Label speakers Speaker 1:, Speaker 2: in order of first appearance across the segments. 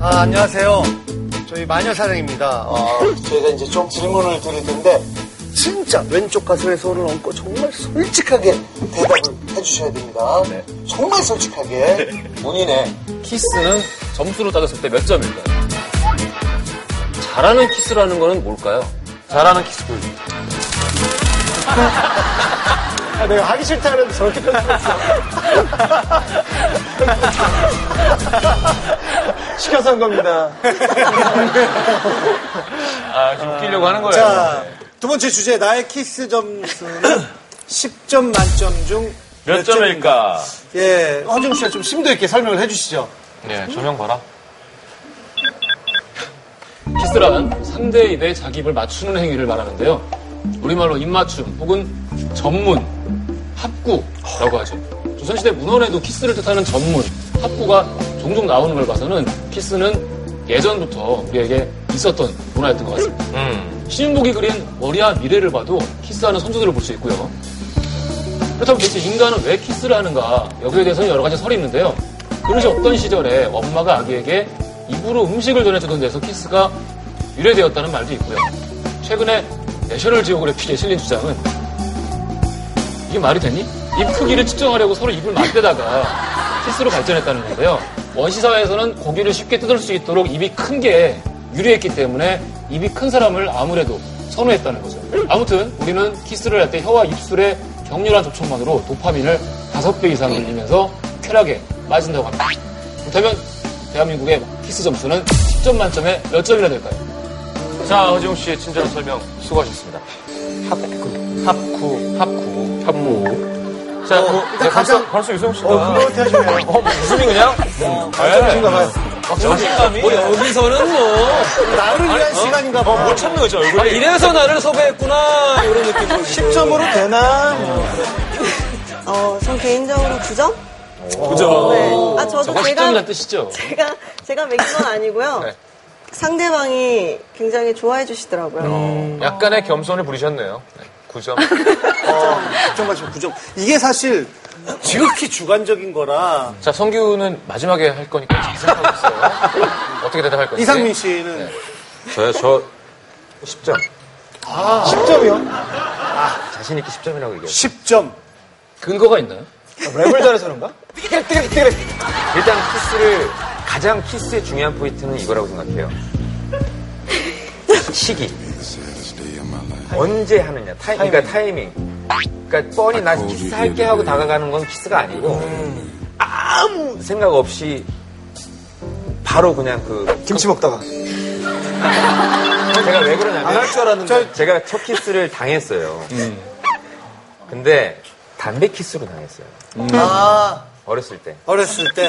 Speaker 1: 아,
Speaker 2: 안녕하세요. 저희 마녀사랑입니다. 어, 저희가 이제 좀 질문을 드릴 텐데, 진짜 왼쪽 가슴에 손을 얹고 정말 솔직하게 대답을 해주셔야 됩니다.
Speaker 3: 네.
Speaker 2: 정말 솔직하게.
Speaker 3: 본인의 키스는 점수로 따졌을 때 몇 점일까요? 잘하는 키스라는 거는 뭘까요? 잘하는 키스 보여줘.
Speaker 2: 내가 하기 싫다는 저렇게까지 시켜서 한 겁니다.
Speaker 3: 아, 지금 웃기려고 하는 거예요.
Speaker 1: 자, 두 번째 주제 나의 키스 점수는 10점 만점 중
Speaker 3: 몇 점일까?
Speaker 1: 예, 허중 씨가 좀 심도 있게 설명을 해주시죠.
Speaker 4: 네, 조명 봐라.
Speaker 3: 키스란 3대 2대 자기 입을 맞추는 행위를 말하는데요. 우리말로 입맞춤 혹은 전문, 합구라고 하죠. 조선시대 문헌에도 키스를 뜻하는 전문, 합구가 종종 나오는 걸 봐서는 키스는 예전부터 우리에게 있었던 문화였던 것 같습니다. 신인복이 그린 머리와 미래를 봐도 키스하는 선수들을 볼 수 있고요. 그렇다면 대체 인간은 왜 키스를 하는가? 여기에 대해서는 여러 가지 설이 있는데요. 그릇이 없던 시절에 엄마가 아기에게 입으로 음식을 전해주던 데서 키스가 유래되었다는 말도 있고요. 최근에 내셔널 지오그래픽에 실린 주장은 이게 말이 되니? 입 크기를 측정하려고 서로 입을 맞대다가 키스로 발전했다는 건데요. 원시사회에서는 고기를 쉽게 뜯을 수 있도록 입이 큰 게 유리했기 때문에 입이 큰 사람을 아무래도 선호했다는 거죠. 아무튼 우리는 키스를 할 때 혀와 입술의 격렬한 접촉만으로 도파민을 5배 이상 늘리면서 쾌락에 빠진다고 합니다. 그렇다면 대한민국의 키스 점수는 10점 만점에 몇 점이나 될까요?
Speaker 4: 자, 허지웅 씨의 친절한 설명 수고하셨습니다.
Speaker 1: 합구.
Speaker 4: 합구. 합구. 자, 그, 네, 벌써, 벌써 유성 씨가.
Speaker 1: 어,
Speaker 3: 아.
Speaker 1: 그거한테 하시네요.
Speaker 4: 어, 웃음이 그냥?
Speaker 1: 점수인가 봐요.
Speaker 4: 자신감이.
Speaker 5: 뭐 여기서는 뭐.
Speaker 1: 나를 위한
Speaker 3: 어?
Speaker 1: 시간인가 봐요.
Speaker 4: 뭘 찾는 거죠,
Speaker 5: 아,
Speaker 4: 얼굴이?
Speaker 5: 이래서 나를 섭외했구나. 이런 느낌으로.
Speaker 1: 10점으로 되나? 뭐.
Speaker 6: 어, 전 개인적으로 9점?
Speaker 4: 그죠?
Speaker 6: 네. 아, 저도
Speaker 3: 저거 10점이란
Speaker 6: 제가,
Speaker 3: 뜻이죠.
Speaker 6: 제가, 제가 맥인 건 아니고요. 상대방이 굉장히 좋아해 주시더라고요.
Speaker 4: 약간의 겸손을 부리셨네요. 9점.
Speaker 1: 어, 10점 맞추면 9점. 이게 사실 지극히 주관적인 거라
Speaker 4: 자, 성규는 마지막에 할 거니까 잘 생각하고 있어요. 어떻게 대답할 건지.
Speaker 1: 이상민 씨는
Speaker 4: 저요, 저 10점.
Speaker 1: 아, 10점이요?
Speaker 4: 아, 자신있게 10점이라고 얘기해요.
Speaker 1: 10점.
Speaker 3: 근거가 있나요?
Speaker 1: 랩을 잘해서 그런가?
Speaker 7: 일단 키스를 가장 키스의 중요한 포인트는 이거라고 생각해요. 시기. 언제 하느냐. 타이, 그러니까 타이밍. 그러니까 뻔히 나 키스할게 하고 다가가는 건 키스가 아니고 음. 아무 생각 없이 바로 그냥 그
Speaker 1: 김치 먹다가.
Speaker 7: 제가 왜 그러냐면
Speaker 1: 안할줄 알았는데.
Speaker 7: 제가 첫 키스를 당했어요. 근데 담배 키스로 당했어요.
Speaker 1: 아,
Speaker 7: 어렸을 때.
Speaker 1: 어렸을 때.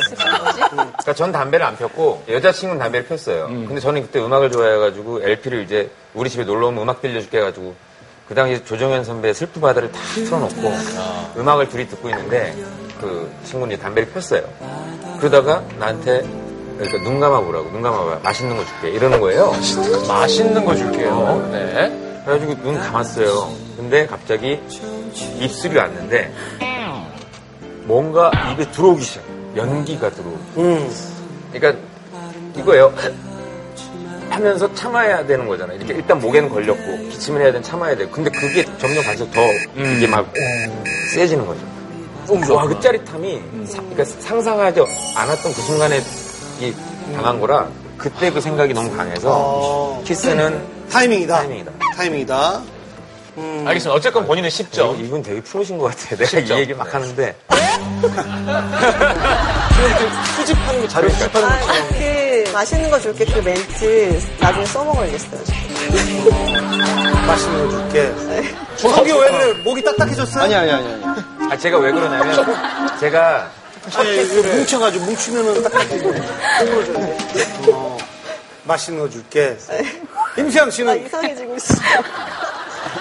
Speaker 7: 그러니까 전 담배를 안 폈고 여자친구는 담배를 폈어요. 근데 저는 그때 음악을 좋아해가지고 LP를 이제 우리 집에 놀러 오면 음악 빌려줄게 해가지고 그 당시 조정현 선배의 슬프 바다를 다 틀어놓고
Speaker 4: 아.
Speaker 7: 음악을 둘이 듣고 있는데 그 친구는 이제 담배를 폈어요. 그러다가 나한테 그러니까 눈 감아보라고 눈 감아봐 맛있는 거 줄게 이러는 거예요. 어.
Speaker 4: 맛있는 거 줄게요. 네.
Speaker 7: 그래가지고 눈 감았어요. 근데 갑자기 입술이 왔는데 뭔가 입에 들어오기 시작. 연기가 들어오고. 그러니까 이거예요. 하면서 참아야 되는 거잖아. 이렇게 일단 목에는 걸렸고 기침을 해야 되는 참아야 돼. 근데 그게 점점 갈수록 더 이게 막 세지는 거죠. 와, 그 짜릿함이 사- 그러니까 상상하지 않았던 그 순간에 이 당한 거라 그때 그 생각이 너무 강해서
Speaker 1: 어.
Speaker 7: 키스는
Speaker 1: 타이밍이다.
Speaker 7: 타이밍이다.
Speaker 1: 타이밍이다.
Speaker 7: 음.
Speaker 4: 알겠습니다. 어쨌건 본인은
Speaker 5: 네.
Speaker 4: 10점.
Speaker 7: 이분 되게 프로신 것 같아. 내가
Speaker 4: 쉽죠?
Speaker 7: 이 얘기를 막
Speaker 4: 네.
Speaker 7: 하는데.
Speaker 1: 수집하는 거 자료 수집하는
Speaker 6: 아, 그, 맛있는 거 줄게 그 멘트 나중에 써먹어야겠어요.
Speaker 1: 맛있는 거 줄게. 성기 왜 그래? 뭐- 목이 딱딱해졌어요? 아니, 아니, 아니. 아니,
Speaker 7: 아, 제가 왜 그러냐면, 제가
Speaker 1: 예, 이거 뭉쳐가지고, 뭉치면은 딱딱해지고. 힘들어져야 돼. 어, 맛있는 거 줄게. 임수영
Speaker 6: 아,
Speaker 1: 씨는.
Speaker 6: 이상해지고 있어.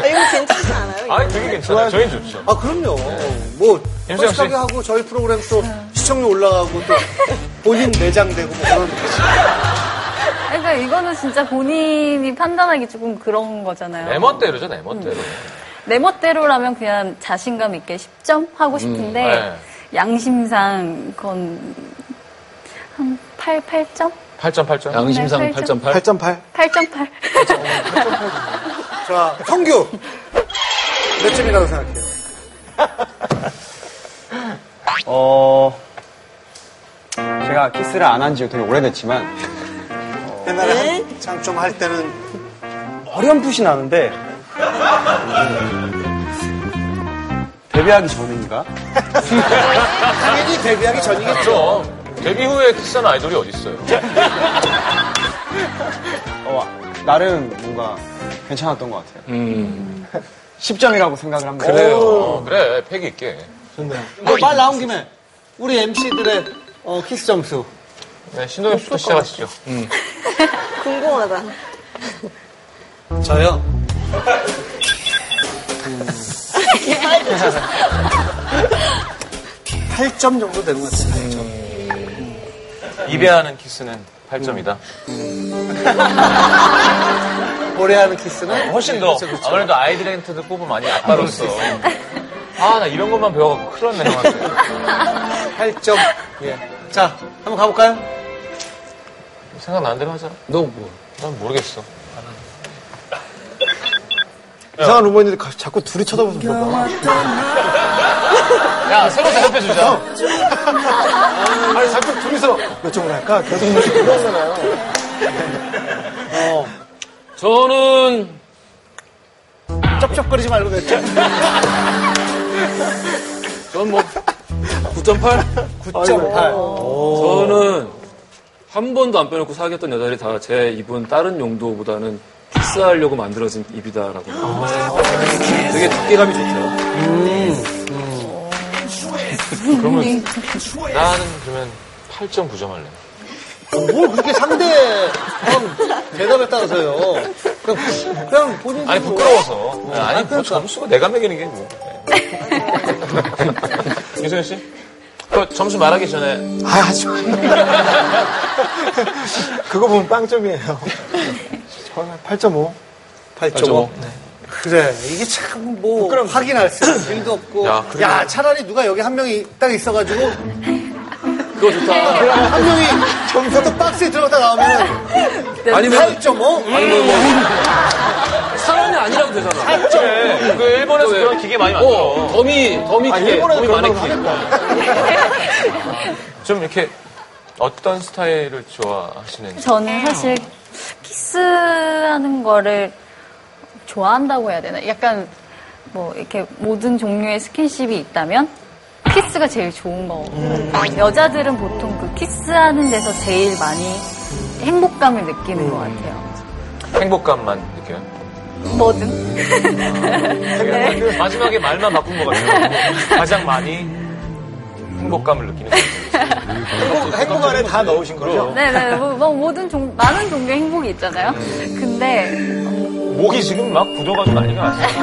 Speaker 6: 아, 이거 괜찮지 않아요? 이거?
Speaker 4: 아니, 되게 괜찮아요. 저희 좋죠.
Speaker 1: 아, 그럼요. 뭐,
Speaker 4: 임수영 씨.
Speaker 1: 솔직하게 하고, 저희 프로그램 또 시청률 올라가고, 또 본인 내장되고, 뭐 그런 거지.
Speaker 8: 그러니까 이거는 진짜 본인이 판단하기 조금 그런 거잖아요. 음.
Speaker 4: 내 멋대로죠, 내 멋대로.
Speaker 8: 내 멋대로라면 그냥 자신감 있게 10점 하고 싶은데
Speaker 4: 음,
Speaker 8: 양심상 그건 한 8, 8점?
Speaker 7: 8.8점?
Speaker 3: 양심상
Speaker 8: 네,
Speaker 3: 8.8.
Speaker 1: 8.8.
Speaker 8: 8.8.
Speaker 1: 자, 성규. 몇 점이라고 생각해요?
Speaker 9: 어, 제가 키스를 안 한 지 되게 오래됐지만,
Speaker 1: 옛날에 한창 좀 할 때는
Speaker 9: 어렴풋이 나는데, 데뷔하기 전인가?
Speaker 1: 당연히 데뷔하기 전이겠죠.
Speaker 7: 그럼 그렇죠. 데뷔 후에 키스하는 아이돌이 어딨어요?
Speaker 5: 네.
Speaker 9: 어, 나름 뭔가 괜찮았던 것 같아요. 10점이라고 생각을 합니다.
Speaker 7: 음. 어, 그래요. 그래, 패기 있게.
Speaker 1: 어, 말 나온 김에 우리 MC들의 어, 키스 점수.
Speaker 7: 네, 신동엽 씨부터 시작하시죠.
Speaker 6: 궁금하다.
Speaker 10: 저요?
Speaker 7: 입에하는 키스는 8점이다.
Speaker 1: 오래 하는 키스는
Speaker 7: 어, 훨씬 더.
Speaker 1: 그렇죠,
Speaker 7: 아무래도 아이들한테도 뽑으면 아니, 아빠로서. 아, 나 이런 것만 배워갖고 큰일 났네, 형한테.
Speaker 1: 8점. 예. 자, 한번 가볼까요?
Speaker 7: 생각나는 대로 하자.
Speaker 3: 너 뭐?
Speaker 7: 난 모르겠어.
Speaker 1: 이상한 루머니들 자꾸 둘이 쳐다보면서 물어봐.
Speaker 7: 야, 새로 대답해주자.
Speaker 1: 아니, 자꾸 둘이서 어. 몇 점을 할까? 계속
Speaker 3: 저는
Speaker 1: 쩝쩝거리지 말고 몇 점?
Speaker 3: 저는 뭐 9.8?
Speaker 1: 9.8.
Speaker 3: 저는 한 번도 안 빼놓고 사귀었던 여자들이 다 제 입은 다른 용도보다는 키스하려고 만들어진 입이다라고
Speaker 5: 아.
Speaker 3: 생각합니다. 되게 두께감이 좋대요.
Speaker 7: 나는 그러면 8.9점 할래.
Speaker 1: 뭘 그렇게 상대 대답에 따라서요. 그냥, 그냥 본인
Speaker 7: 아니, 부끄러워서. 아니,
Speaker 1: 그러니까.
Speaker 7: 뭐 점수가 내가 매기는 게 뭐. 유승현 씨? 그 점수 말하기 전에
Speaker 1: 아, 하지 마. 그거 보면 빵점이에요. 저는 8.5. 8.5. 그래, 이게 참 뭐 확인할 수 있는 일도 없고. 야, 차라리 누가 여기 한 명이 딱 있어가지고.
Speaker 3: 그거 좋다.
Speaker 1: 그냥 한 명이 점수도 박스에 들어갔다 뭐? 나오면
Speaker 3: 아니면 음.
Speaker 1: 8.5?
Speaker 3: 사람이 아니라도 되잖아.
Speaker 7: 그 일본에서
Speaker 3: 왜?
Speaker 7: 그런 기계 많이 만들어.
Speaker 3: 네. 어, 더미, 더미
Speaker 5: 아,
Speaker 3: 기계, 더미 마네킹.
Speaker 7: 좀 이렇게 어떤 스타일을 좋아하시는지.
Speaker 8: 저는 사실 키스하는 거를 좋아한다고 해야 되나? 약간 뭐 이렇게 모든 종류의 스킨십이 있다면 키스가 제일 좋은 거. 여자들은 보통 그 키스하는 데서 제일 많이 행복감을 느끼는 것 같아요.
Speaker 7: 행복감만 느껴요.
Speaker 8: 뭐든.
Speaker 1: 네.
Speaker 7: 마지막에 말만 바꾼 것 같아요. 가장 많이 행복감을 느끼는 것 같아요.
Speaker 1: 행복 안에 다 넣으신 거죠?
Speaker 8: 네네. 뭐, 뭐 모든 종, 많은 종류의 행복이 있잖아요. 근데,
Speaker 7: 목이 지금 막 굳어가지고 난리가 났어요.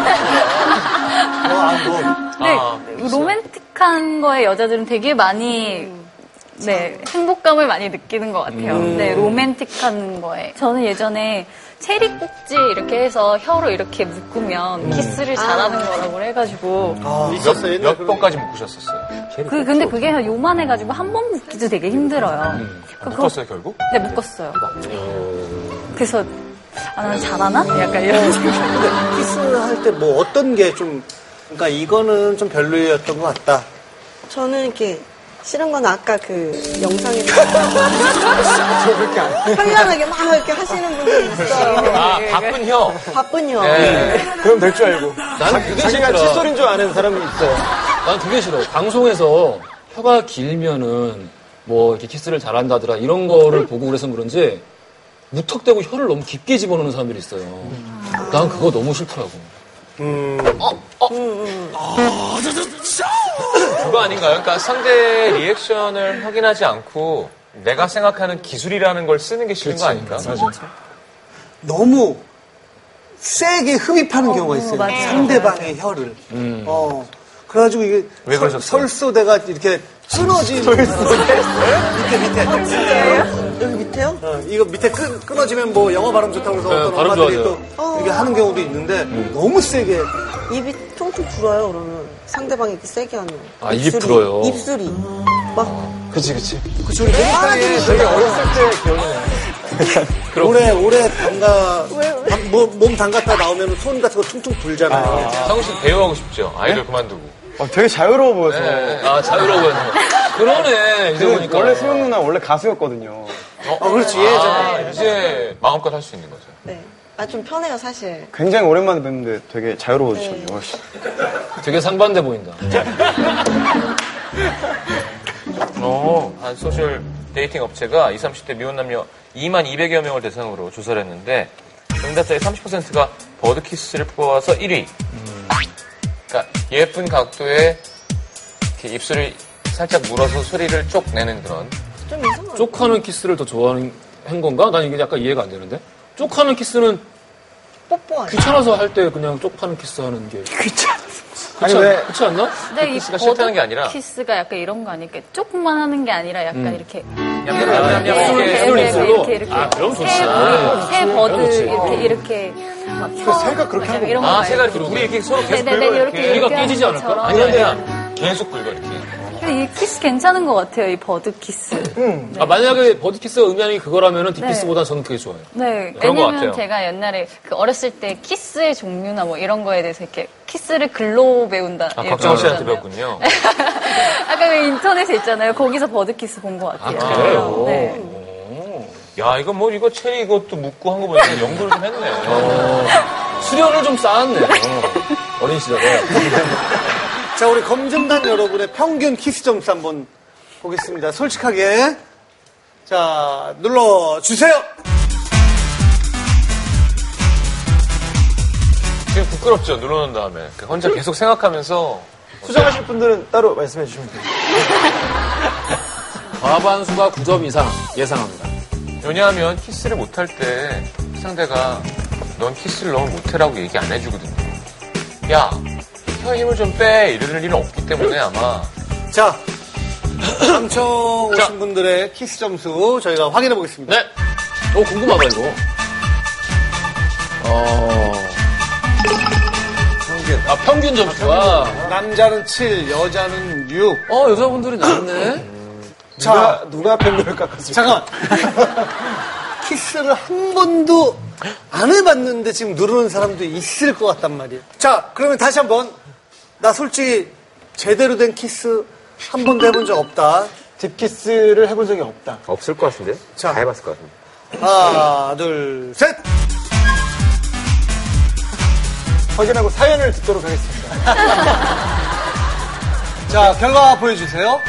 Speaker 8: 근데
Speaker 7: 아,
Speaker 8: 로맨틱한 거에 여자들은 되게 많이
Speaker 7: 음.
Speaker 8: 네, 행복감을 많이 느끼는 것 같아요. 네, 로맨틱한 거에. 저는 예전에 체리 꼭지 이렇게 해서 혀로 이렇게
Speaker 7: 음.
Speaker 8: 묶으면 키스를
Speaker 7: 아.
Speaker 8: 잘하는 거라고 해가지고.
Speaker 1: 있었어요,
Speaker 7: 몇
Speaker 1: 옛날에 그런
Speaker 7: 번까지 아, 묶으셨었어요? 음.
Speaker 8: 그, 근데 그게 요만해가지고 한 번 묶기도 되게 힘들어요. 그-
Speaker 7: 아,
Speaker 8: 그거-
Speaker 7: 묶었어요, 결국?
Speaker 8: 네, 묶었어요. 그래서, 아,
Speaker 7: 음.
Speaker 8: 난 잘하나? 약간 이런
Speaker 7: 어.
Speaker 8: 생각.
Speaker 1: 근데 키스할 때 뭐 어떤 게 좀, 그러니까 이거는 좀 별로였던 것 같다.
Speaker 6: 저는 이렇게 싫은 건 아까 그 영상에서
Speaker 9: 저렇게 안 해.
Speaker 6: 편안하게 막 이렇게 하시는 분들 있어요.
Speaker 7: 아, 바쁜 혀.
Speaker 6: 바쁜요.
Speaker 9: 그럼 될 줄 알고.
Speaker 3: 나는 그게
Speaker 9: 자기가
Speaker 3: 싫더라.
Speaker 9: 칫솔인 줄 아는 사람이 있어요.
Speaker 3: 난 그게 싫어. 방송에서 혀가 길면은 뭐 이렇게 키스를 잘한다더라 이런 거를 보고 그래서 그런지 무턱대고 혀를 너무 깊게 집어넣는 사람들이 있어요. 난 그거 너무 싫더라고.
Speaker 7: 그거 아닌가요? 그러니까 상대의 리액션을 확인하지 않고 내가 생각하는 기술이라는 걸 쓰는 게 싫은 거 아닌가?
Speaker 1: 너무 세게 흡입하는 경우가 있어요.
Speaker 8: 맞아요.
Speaker 1: 상대방의 혀를. 어. 그래가지고 이게
Speaker 7: 왜
Speaker 1: 설-
Speaker 7: 그러셨어요?
Speaker 1: 설소대가 이렇게 끊어지는 밑에 밑에
Speaker 6: 여기 밑에요?
Speaker 1: 어, 이거 밑에 끊, 끊어지면 뭐 영어 발음 좋다고
Speaker 11: 네,
Speaker 1: 해서 어떤
Speaker 3: 발음
Speaker 1: 엄마들이
Speaker 3: 좋아져요.
Speaker 1: 또 이게 하는 경우도 있는데 너무 세게
Speaker 6: 입이 퉁퉁 불어요, 그러면. 상대방이 이렇게 세게 하면.
Speaker 3: 아, 입이 불어요? 아.
Speaker 6: 입술이. 막,
Speaker 1: 그 소리 되게
Speaker 6: 아,
Speaker 1: 사이에
Speaker 6: 되게
Speaker 1: 되게 어렸을 때 오래 오래 담가 담- 뭐- 몸 담갔다 나오면 손 같은 거 퉁퉁 불잖아요.
Speaker 7: 상우 씨 배우하고 싶죠? 아이들 그만두고.
Speaker 11: 어, 되게 자유로워 보여서.
Speaker 7: 네. 아, 자유로워 보여서. 그러네, 이제
Speaker 11: 근데
Speaker 7: 보니까.
Speaker 11: 원래 수영 누나 원래 가수였거든요.
Speaker 7: 어, 그렇지. 아, 이제 마음껏 할 수 있는 거죠.
Speaker 6: 네. 아, 좀 편해요, 사실.
Speaker 11: 굉장히 오랜만에 뵙는데 되게 자유로워지셨네요.
Speaker 3: 되게 상반돼 보인다.
Speaker 7: 어, 한 소셜 데이팅 업체가 20, 30대 미혼 남녀 2만 200여 명을 대상으로 조사를 했는데 응답자의 30%가 버드키스를 뽑아서 1위. 음. 그러니까 예쁜 각도에 이렇게 입술을 살짝 물어서 소리를 쪽 내는 그런
Speaker 6: 좀 이상한.
Speaker 3: 쪽하는 키스를 더 좋아하는 한 건가? 난 이게 약간 이해가 안 되는데. 쪽하는 키스는
Speaker 6: 뽀뽀 아니야?
Speaker 3: 귀찮아서 할 때 그냥 쪽하는 키스 하는 게.
Speaker 11: 아니,
Speaker 3: 귀찮아서.
Speaker 11: 왜-
Speaker 3: 그렇지 않나?
Speaker 8: 근데 이
Speaker 7: 키스가 싫다는 게
Speaker 8: 버드
Speaker 7: 아니라. 음.
Speaker 8: 키스가 약간 이런 거 아닐까? 조금만 하는 게 아니라 약간 이렇게
Speaker 7: 얌얌얌얌
Speaker 8: 이렇게,
Speaker 7: 이렇게
Speaker 8: 네, 이렇게,
Speaker 3: 입술로?
Speaker 8: 이렇게, 이렇게.
Speaker 3: 아, 그럼 좋지.
Speaker 8: 새
Speaker 3: 아,
Speaker 8: 버드, 새 버드
Speaker 3: 그렇지.
Speaker 8: 이렇게 이렇게 막 펴. 새가 그렇게 하는 이런 거
Speaker 7: 아,
Speaker 8: 말고.
Speaker 7: 새가 이렇게 우리 이렇게 서로 계속
Speaker 8: 네네네
Speaker 7: 긁어요,
Speaker 8: 이렇게
Speaker 7: 이렇게.
Speaker 8: 이렇게
Speaker 3: 이가 깨지지
Speaker 8: 하는
Speaker 3: 않을까?
Speaker 8: 것처럼.
Speaker 7: 아니, 아니, 아니. 계속 긁어, 이렇게.
Speaker 8: 근데 이 키스 괜찮은 것 같아요 이 버드 키스.
Speaker 3: 아, 만약에 버드키스가 의미하는 게 그거라면 딥키스보다 저는 그게 좋아요.
Speaker 8: 네,
Speaker 7: 그런 것 같아요.
Speaker 8: 왜냐면 제가 옛날에 그 어렸을 때 키스의 종류나 뭐 이런 거에 대해서 이렇게 키스를 글로 배운다.
Speaker 7: 아,
Speaker 8: 이렇게
Speaker 7: 곽정우 씨한테
Speaker 8: 그러잖아요.
Speaker 7: 배웠군요.
Speaker 8: 아까 그 인터넷에 있잖아요. 거기서 버드 키스 본 것 같아요.
Speaker 3: 아, 그래요?
Speaker 8: 네.
Speaker 7: 야, 이거 뭐, 이거 체리 이것도 묻고 한 거 보니까 연구를 좀 했네요.
Speaker 3: 수련을 좀 쌓았네. 어, 어린 시절에.
Speaker 2: 자, 우리 검증단 여러분의 평균 키스 점수 한번 보겠습니다. 솔직하게. 자, 눌러주세요!
Speaker 7: 지금 부끄럽죠, 눌러놓은 다음에. 혼자 계속 생각하면서.
Speaker 11: 수정하실 분들은 따로 말씀해 주시면 돼요.
Speaker 3: 과반수가 9점 이상 예상합니다.
Speaker 7: 왜냐하면 키스를 못할 때 상대가 넌 키스를 너무 못해라고 얘기 안 해주거든요. 야, 혀 힘을 좀 빼 이러는 일은 없기 때문에 아마
Speaker 2: 자, 감청 오신 분들의 키스 점수 저희가 확인해 보겠습니다.
Speaker 3: 네. 오, 궁금하다, 이거. 어. 평균. 아, 평균 점수가.
Speaker 2: 남자는 7, 여자는 6.
Speaker 3: 어, 여자분들이 낫네.
Speaker 2: 자,
Speaker 11: 누가 팬들을 깎았을까?
Speaker 2: 잠깐만. 키스를 한 번도 안 해봤는데 지금 누르는 사람도 있을 것 같단 말이에요. 자, 그러면 다시 한 번. 나 솔직히 제대로 된 키스 한 번도 해본 적 없다.
Speaker 11: 딥키스를 해본 적이 없다.
Speaker 12: 없을 것 같은데?
Speaker 2: 자.
Speaker 12: 다 해봤을 것 같은데.
Speaker 2: 하나, 둘, 셋!
Speaker 11: 확인하고 사연을 듣도록 하겠습니다.
Speaker 2: 자, 결과 보여주세요.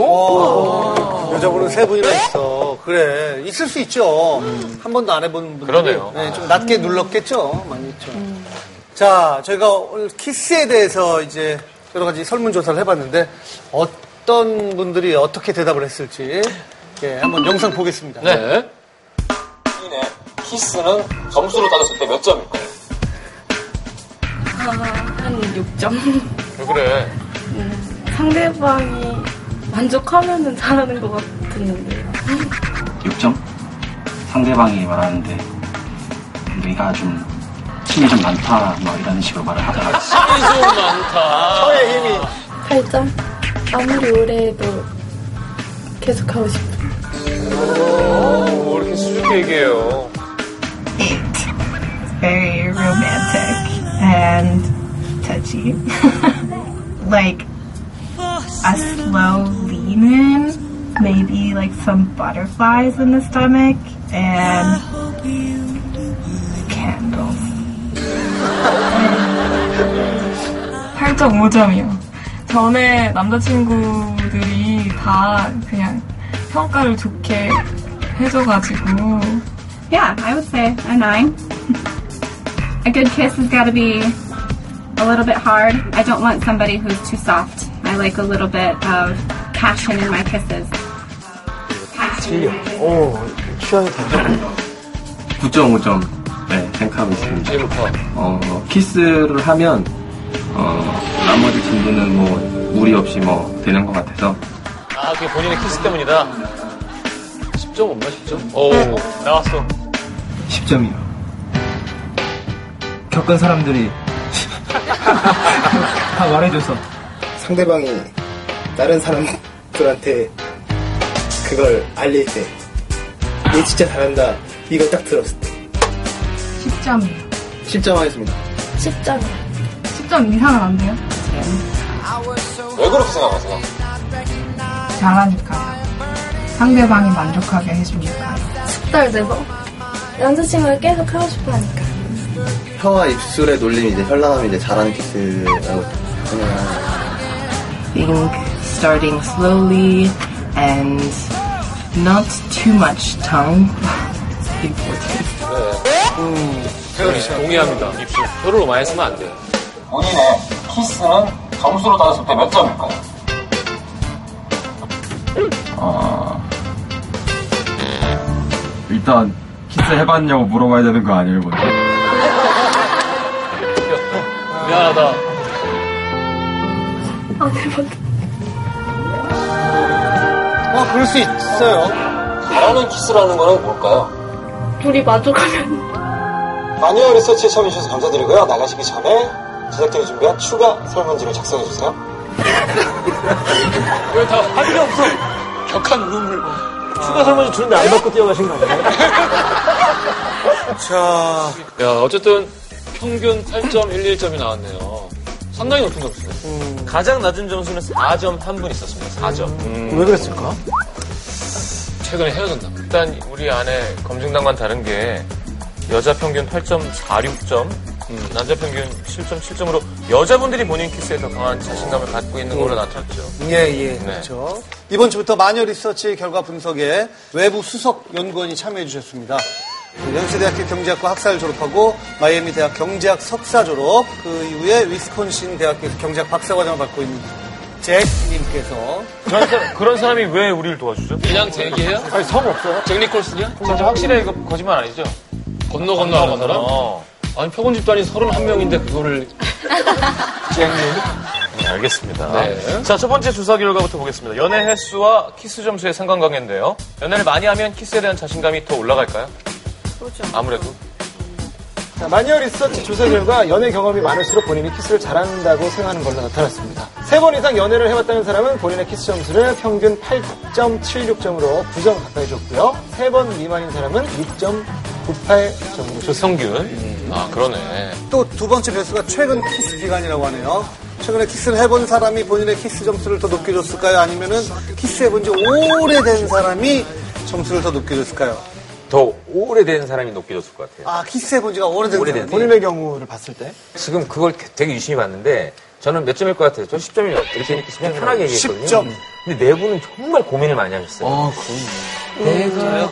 Speaker 2: 오. 여자분은 세 분이나 있어. 그래. 있을 수 있죠. 한 번도 안 해본 분들.
Speaker 7: 그러네요.
Speaker 2: 네, 좀 낮게 눌렀겠죠. 많이 있죠. 자, 저희가 오늘 키스에 대해서 이제 여러 가지 설문조사를 해봤는데 어떤 분들이 어떻게 대답을 했을지 예, 한번 영상 보겠습니다.
Speaker 3: 네.
Speaker 7: 키스는 점수로 따졌을 때 몇 점일까요?
Speaker 13: 아, 한 6점.
Speaker 7: 왜 그래?
Speaker 13: 상대방이 만족하면은 잘하는 것 같았는데요.
Speaker 14: 6점? 상대방이 말하는데 네가 좀 힘이 좀 많다 뭐 이런 식으로 말을 하더라고요.
Speaker 3: 힘이 좀 많다.
Speaker 13: 8점? 아무리 오래 해도 계속 하고 싶어요.
Speaker 7: 뭐 이렇게 수줍게 얘기해요.
Speaker 15: very romantic and touchy. like a slow lean in, maybe like some butterflies in the stomach and candles.
Speaker 13: 8.5점이요. 전에 남자친구들이 다 그냥 평가를 좋게 해줘가지고
Speaker 15: Yeah, I would say a nine. a good kiss has got to be a little bit hard. I don't want somebody who's too soft. I like a little bit of passion in my kisses.
Speaker 11: 오, 취향이 다르다.
Speaker 14: 9.5점 네, 생각하고 있습니다. 어, 키스를 하면 어, 나머지 친구는 뭐 무리 없이 뭐 되는 것 같아서
Speaker 7: 아, 그게 본인의 키스 때문이다.
Speaker 3: 10점 없나, 10점?
Speaker 7: 오, 나왔어.
Speaker 14: 10점이요. 겪은 사람들이 다 말해줘서
Speaker 1: 상대방이 다른 사람들한테 그걸 알릴 때
Speaker 11: 얘 진짜 잘한다. 이걸 딱 들었을 때.
Speaker 13: 10점.
Speaker 11: 10점 하겠습니다.
Speaker 13: 10점. 10점 이상은 안 돼요?
Speaker 16: 네.
Speaker 7: 왜 그렇게 생각하세요?
Speaker 13: 잘하니까. 상대방이 만족하게 해주니까.
Speaker 16: 숙달돼서 남자친구를 계속 하고 싶어 하니까.
Speaker 17: 혀와 입술의 놀림이 이제 현란함이 이제 잘하는 키스라고 그냥
Speaker 18: think starting slowly and not too much tongue is important.
Speaker 3: 네. 네, 동의합니다. 입술. 혀로 많이 쓰면 안 돼요.
Speaker 7: 본인의 키스는 점수로 따졌을 때 몇 점일까요?
Speaker 14: 일단 키스 해봤냐고 물어봐야 되는 거 아니에요, 먼저?
Speaker 3: 미안하다.
Speaker 16: 아 대박.
Speaker 2: 아, 그럴 수 있어요.
Speaker 7: 잘하는 키스라는 거는 뭘까요?
Speaker 16: 둘이 만족하면
Speaker 7: 마녀 리서치에 참여해주셔서 감사드리고요. 나가시기 전에 제작진이 준비한 추가 설문지를 작성해주세요.
Speaker 3: 왜다 할게 없어? 격한 울음을.
Speaker 5: 추가 설문지 주는데 안 받고 뛰어가신 거 아니에요?
Speaker 3: 자. 야, 어쨌든 평균 8.11점이 나왔네요. 상당히 높은 점수네.
Speaker 7: 가장 낮은 점수는 4점 한 분 있었습니다. 4점.
Speaker 2: 왜 그랬을까?
Speaker 7: 최근에 헤어졌나? 일단 우리 안에 검증단과는 다른 게 여자 평균 8.46점, 음, 남자 평균 7.7점으로 여자분들이 본인 키스에 더 강한 자신감을 갖고 있는 걸로 나타났죠.
Speaker 2: 예, 예.
Speaker 5: 네.
Speaker 2: 그렇죠. 이번 주부터 마녀 리서치 결과 분석에 외부 수석 연구원이 참여해 주셨습니다. 연세대학교 경제학과 학사를 졸업하고 마이애미 대학 경제학 석사 졸업, 그 이후에 위스콘신 대학교에서 경제학 박사과정을 받고 있는 잭님께서
Speaker 7: 그런, 사람, 그런 사람이 왜 우리를 도와주죠?
Speaker 3: 그냥 제기예요?
Speaker 7: 아니, 성 없어요?
Speaker 3: 잭 니콜슨이야?
Speaker 7: 진짜 확실해, 이거 거짓말 아니죠?
Speaker 3: 건너 건너 하는 사람?
Speaker 7: 어.
Speaker 3: 아니, 표본 집단이 31명인데 그거를.
Speaker 7: 네, 알겠습니다.
Speaker 3: 네.
Speaker 7: 자, 첫 번째 조사 결과부터 보겠습니다. 연애 횟수와 키스 점수의 상관관계인데요. 연애를 많이 하면 키스에 대한 자신감이 더 올라갈까요?
Speaker 6: 그렇죠.
Speaker 7: 아무래도.
Speaker 11: 자, 마녀 리서치 조사 결과 연애 경험이 많을수록 본인이 키스를 잘한다고 생각하는 걸로 나타났습니다. 세 번 이상 연애를 해봤다는 사람은 본인의 키스 점수를 평균 8.76점으로 9점 가까이 줬고요. 세 번 미만인 사람은 6.98점으로 줬습니다.
Speaker 7: 그렇죠. 조성균.
Speaker 12: 음.
Speaker 7: 아, 그러네.
Speaker 2: 또 두 번째 변수가 최근 키스 기간이라고 하네요. 최근에 키스를 해본 사람이 본인의 키스 점수를 더 높게 줬을까요? 아니면은 키스해본 지 오래된 사람이 점수를 더 높게 줬을까요?
Speaker 12: 더 오래된 사람이 높게 줬을 것 같아요.
Speaker 2: 아, 키스해본 지가 오래된
Speaker 12: 오래된
Speaker 2: 사람이.
Speaker 12: 본인의
Speaker 11: 경우를 봤을 때?
Speaker 12: 지금 그걸 되게 유심히 봤는데 저는 몇 점일 것 같아요? 저 10점이요. 이렇게 그냥 편하게 얘기했거든요.
Speaker 11: 10점.
Speaker 12: 근데 네 분은 정말 고민을 많이 하셨어요. 아, 그럼. 내가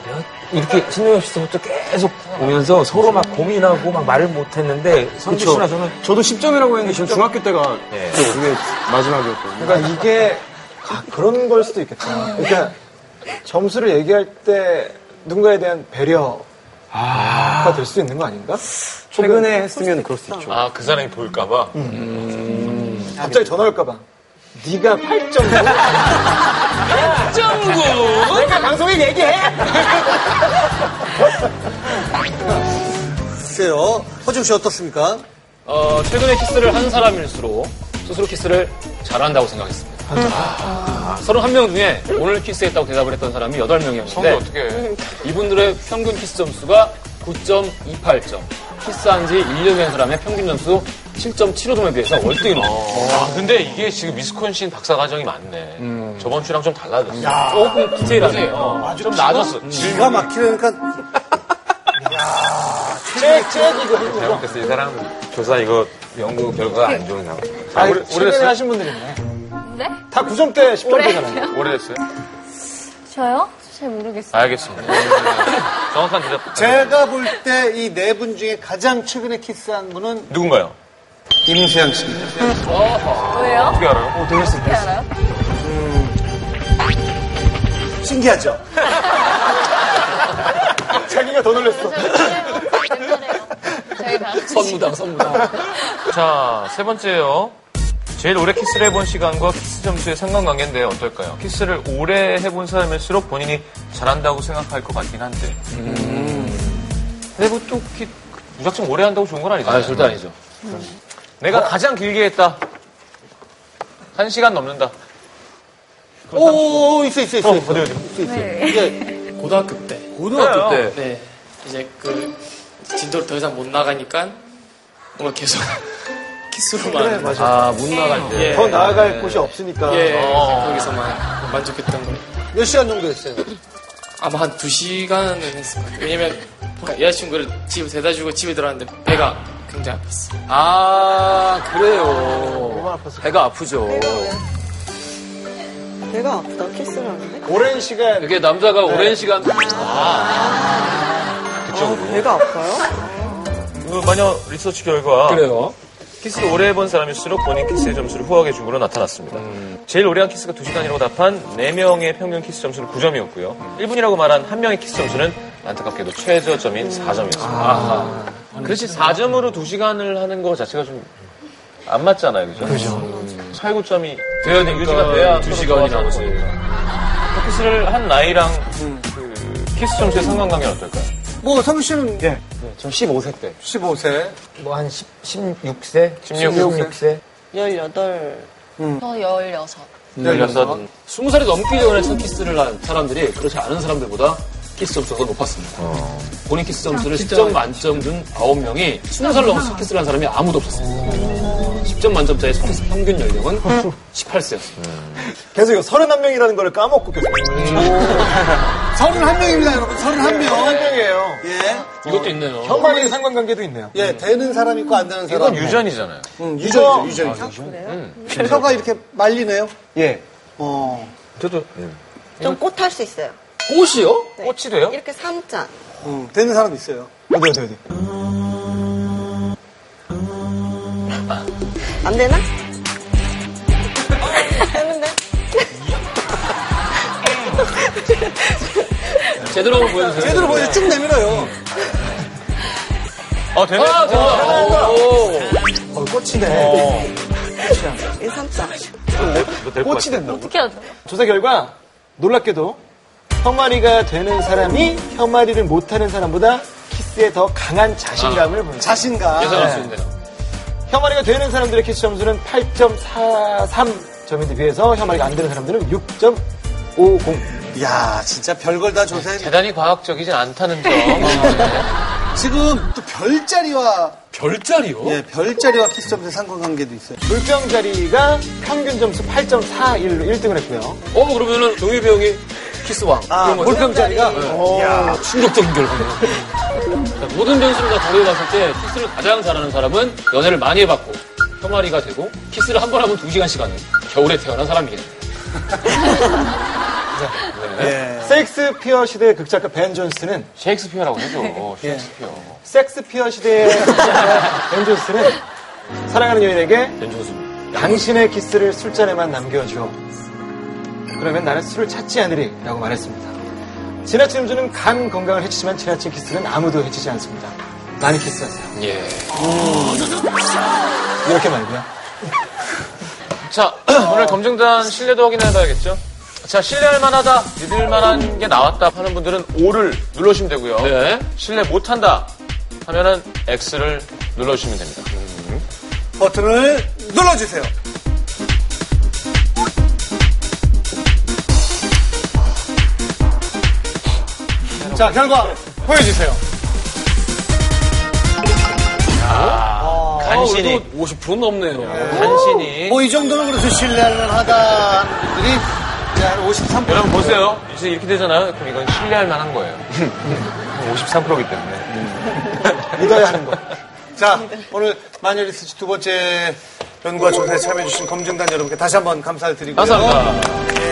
Speaker 12: 이렇게 신동엽 씨부터 계속 보면서 서로 막 고민하고 막 말을 못했는데 성주 씨나 저는
Speaker 11: 저도 10점이라고 했는데 지금 중학교 때가 그게 마지막이었거든요. 그러니까 이게 아, 그런 걸 수도 있겠다. 그러니까 점수를 얘기할 때 누군가에 대한 배려가 될 수도 있는 거 아닌가? 최근에 했으면 그럴 수 있죠.
Speaker 7: 아, 그 사람이 볼까봐?
Speaker 11: 갑자기 전화 올까봐. 네가 8점.
Speaker 7: 점구!
Speaker 11: 내가 방송에 얘기해!
Speaker 2: 글쎄요. 허중 씨 어떻습니까?
Speaker 3: 어, 최근에 키스를 한 사람일수록 스스로 키스를 잘한다고 생각했습니다. 아, 31명 중에 오늘 키스했다고 대답을 했던 사람이 8명이었는데
Speaker 7: 성대 어떻게 해?
Speaker 3: 이분들의 평균 키스 점수가 9.28점. 키스한 지 1년 된 사람의 평균 점수 7.75점에 비해서 월등히 높아요.
Speaker 7: 아, 근데 이게 지금 미스콘신 박사 과정이 많네. 저번 주랑 좀 달라졌어.
Speaker 3: 음. 야. 조금 디테일하네. 어,
Speaker 7: 좀 낮았어.
Speaker 2: 기가 막히려니까
Speaker 11: 잭, 잭, 이거.
Speaker 12: 잘못됐어. 이 사람 조사 이거 연구 결과 안 좋은 나와.
Speaker 11: 아, 오래, 최근에 하신 분들 있네.
Speaker 8: 네?
Speaker 11: 다 9점 때 10점
Speaker 8: 오래돼요?
Speaker 11: 되잖아요.
Speaker 7: 오래됐어요?
Speaker 8: 저요? 잘 모르겠어요.
Speaker 7: 알겠습니다. 정확한 대답.
Speaker 2: 제가 볼 때 이 네 분 중에 가장 최근에 키스한 분은
Speaker 7: 누군가요?
Speaker 2: 임수영 씨입니다.
Speaker 8: 왜요?
Speaker 7: 어떻게 알아요?
Speaker 2: 어, 놀랐어요.
Speaker 8: 어떻게 알아요?
Speaker 2: 신기하죠?
Speaker 11: 자기가 더 놀랐어.
Speaker 3: 선무당, 선무당.
Speaker 7: 자, 세 번째요. 제일 오래 키스를 해본 시간과 키스 점수의 상관관계인데 어떨까요? 키스를 오래 해본 사람일수록 본인이 잘한다고 생각할 것 같긴 한데. 음. 근데 뭐또 키- 무작정 오래 한다고 좋은 건 아니잖아요.
Speaker 3: 아, 절대 아니죠.
Speaker 7: 내가 가장 길게 했다. 한 시간 넘는다.
Speaker 2: 오, 있어, 있어, 있어.
Speaker 7: 어디, 어디?
Speaker 8: 네.
Speaker 2: 있어, 있어. 이게
Speaker 3: 고등학교 때
Speaker 19: 고등학교
Speaker 7: 그래요.
Speaker 19: 때. 네. 이제 그 진도를 더 이상 못 나가니까 뭔가 계속 키스로만.
Speaker 11: 그래, 맞아. 아, 못 나갈 때. 더 나아갈 곳이 없으니까.
Speaker 19: 예.
Speaker 11: 어.
Speaker 19: 거기서만 만족했던 거예요.
Speaker 11: 몇 시간 정도 했어요?
Speaker 19: 아마 한 두 시간은 했을 거예요. 왜냐면 그러니까 여자친구를 집에 데다 주고 집에 들어왔는데 배가 굉장히 아팠어요.
Speaker 20: 아, 그래요. 배가 아프죠.
Speaker 3: 그
Speaker 6: 배가 아프다 키스를 하는데?
Speaker 3: 어,
Speaker 11: 오랜 시간.
Speaker 20: 이게 남자가
Speaker 3: 네.
Speaker 20: 오랜 시간.
Speaker 7: 그쪽으로.
Speaker 6: 배가 아파요?
Speaker 7: 그 마녀 리서치 결과
Speaker 3: 그래요.
Speaker 7: 키스를 오래 해본 사람일수록 본인 키스의 점수를 후하게 준 걸로 나타났습니다. 제일 오래 한 키스가 2시간이라고 답한 4명의 평균 키스 점수는 9점이었고요. 1분이라고 말한 1명의 키스 점수는 안타깝게도 최저점인 4점이었습니다.
Speaker 3: 아.
Speaker 7: 그렇지, 4점으로 2시간을 하는 거 자체가 좀 안 맞잖아요, 그죠? 음. 그죠. 8, 9점이
Speaker 3: 돼야 되니까
Speaker 7: 유지가 돼야
Speaker 3: 그러니까 두 시간이 나오지.
Speaker 7: 그 키스를 한 나이랑
Speaker 3: 음,
Speaker 7: 그 키스 점수의 상관관계는 어떨까요?
Speaker 11: 뭐, 성규 씨는.
Speaker 5: 예. 네, 전 15세 때.
Speaker 11: 15세.
Speaker 5: 뭐 한 16세?
Speaker 7: 16세.
Speaker 5: 16세?
Speaker 6: 18.
Speaker 8: 저 16.
Speaker 3: 16. 20살이 넘기 전에 첫 키스를 한 사람들이 그렇지 않은 사람들보다 키스 점수가 높았습니다. 본인 키스 점수를
Speaker 20: 아, 진짜.
Speaker 3: 10점 만점 준 9명이 20살 넘어서 첫 키스를 한 사람이 아무도
Speaker 20: 어.
Speaker 3: 없었습니다. 10점 만점짜리 첫 키스 평균 연령은 18세였습니다.
Speaker 11: 계속 이거 31명이라는 걸 까먹고 계속. 31명입니다, 여러분. 31명. 31명이에요. 예.
Speaker 3: 이것도 있네요.
Speaker 11: 혈관의 상관관계도 있네요. 예, 되는 사람이고 안 되는 사람.
Speaker 7: 이건 유전이잖아요.
Speaker 11: 응, 음, 유전이죠, 아, 유전이죠. 음. 혀가 이렇게 말리네요? 예. 어.
Speaker 7: 저도.
Speaker 3: 네.
Speaker 6: 좀 꽃 할 수 있어요.
Speaker 3: 꽃이요?
Speaker 7: 꽃이래요?
Speaker 6: 이렇게 3자.
Speaker 11: 응, 되는 사람 있어요. 어디, 어디, 어디.
Speaker 6: 안 되나? 했는데?
Speaker 3: 제대로 한번 보여주세요.
Speaker 11: 제대로 보여주세요. 쭉 내밀어요.
Speaker 7: 아, 되네.
Speaker 3: 아, 된다.
Speaker 11: 어, 꽃이네.
Speaker 6: 이 3자.
Speaker 11: 꽃이 된다고.
Speaker 8: 어떻게 하죠?
Speaker 11: 조사 결과 놀랍게도 혐마리가 되는 사람이 혐마리를 못하는 사람보다 키스에 더 강한 자신감을 보여. 자신감.
Speaker 3: 예상할 수 있네요.
Speaker 11: 혐마리가 되는 사람들의 키스 점수는 8.43점에 비해서 혐마리가 안 되는 사람들은 6.50.
Speaker 7: 야
Speaker 11: 진짜 별걸 다 조사해.
Speaker 7: 대단히 과학적이진 않다는 점.
Speaker 3: 음.
Speaker 11: 지금 또 별자리와
Speaker 3: 별자리요?
Speaker 11: 예, 별자리와 키스 점수의 상관관계도 있어요. 물병 자리가 평균 점수 8.41로 1등을 했고요.
Speaker 3: 어, 그러면은 종유배 형이 키스왕.
Speaker 11: 아,
Speaker 3: 그런 거죠?
Speaker 11: 물병자리가?
Speaker 3: 네.
Speaker 11: 오.
Speaker 3: 이야, 충격적인 결과네요. 자, 모든 변수를 다 고려해봤을 때 키스를 가장 잘하는 사람은 연애를 많이 해봤고 혐아리가 되고 키스를 한 번 하면 두시간 시간은 겨울에 태어난 사람이겠네요.
Speaker 11: 예. 섹스피어 시대의 극작가 벤 존스는
Speaker 7: 셰익스피어라고
Speaker 3: 네.
Speaker 7: 해줘. 셰익스피어.
Speaker 11: 섹스피어 시대의 극작가 벤 존스는 사랑하는 여인에게 당신의 키스를 술잔에만 남겨줘. 그러면 나는 술을 찾지 않으리 라고 말했습니다. 지나친 음주는 간 건강을 해치지만 지나친 키스는 아무도 해치지 않습니다. 많이 키스하세요. 음.
Speaker 3: 예.
Speaker 11: 이렇게 말고요.
Speaker 7: 자, 오늘 검증단 신뢰도 확인해봐야겠죠? 자, 신뢰할 어, 만하다, 믿을 만한 게 나왔다 하는 분들은 O를 눌러주시면 되고요.
Speaker 3: 네.
Speaker 7: 신뢰 못한다 하면은 X를 눌러주시면 됩니다.
Speaker 11: 버튼을 눌러주세요. 자, 결과 보여주세요.
Speaker 3: 간신히. 50% 넘네요.
Speaker 7: 간신히.
Speaker 11: 뭐 이 정도는 그래도 신뢰할만 하다 하는 분들이 이제 한 53%.
Speaker 7: 여러분 보세요. 이제 이렇게 되잖아요. 그럼 이건 신뢰할 만한 거예요. 53%이기 때문에.
Speaker 11: 믿어야 하는 거. 자, 오늘 마녀리스트 두 번째 연구와 조사에 참여해주신 검증단 여러분께 다시 한번 감사를 드리고요.
Speaker 7: 감사합니다.
Speaker 11: 예.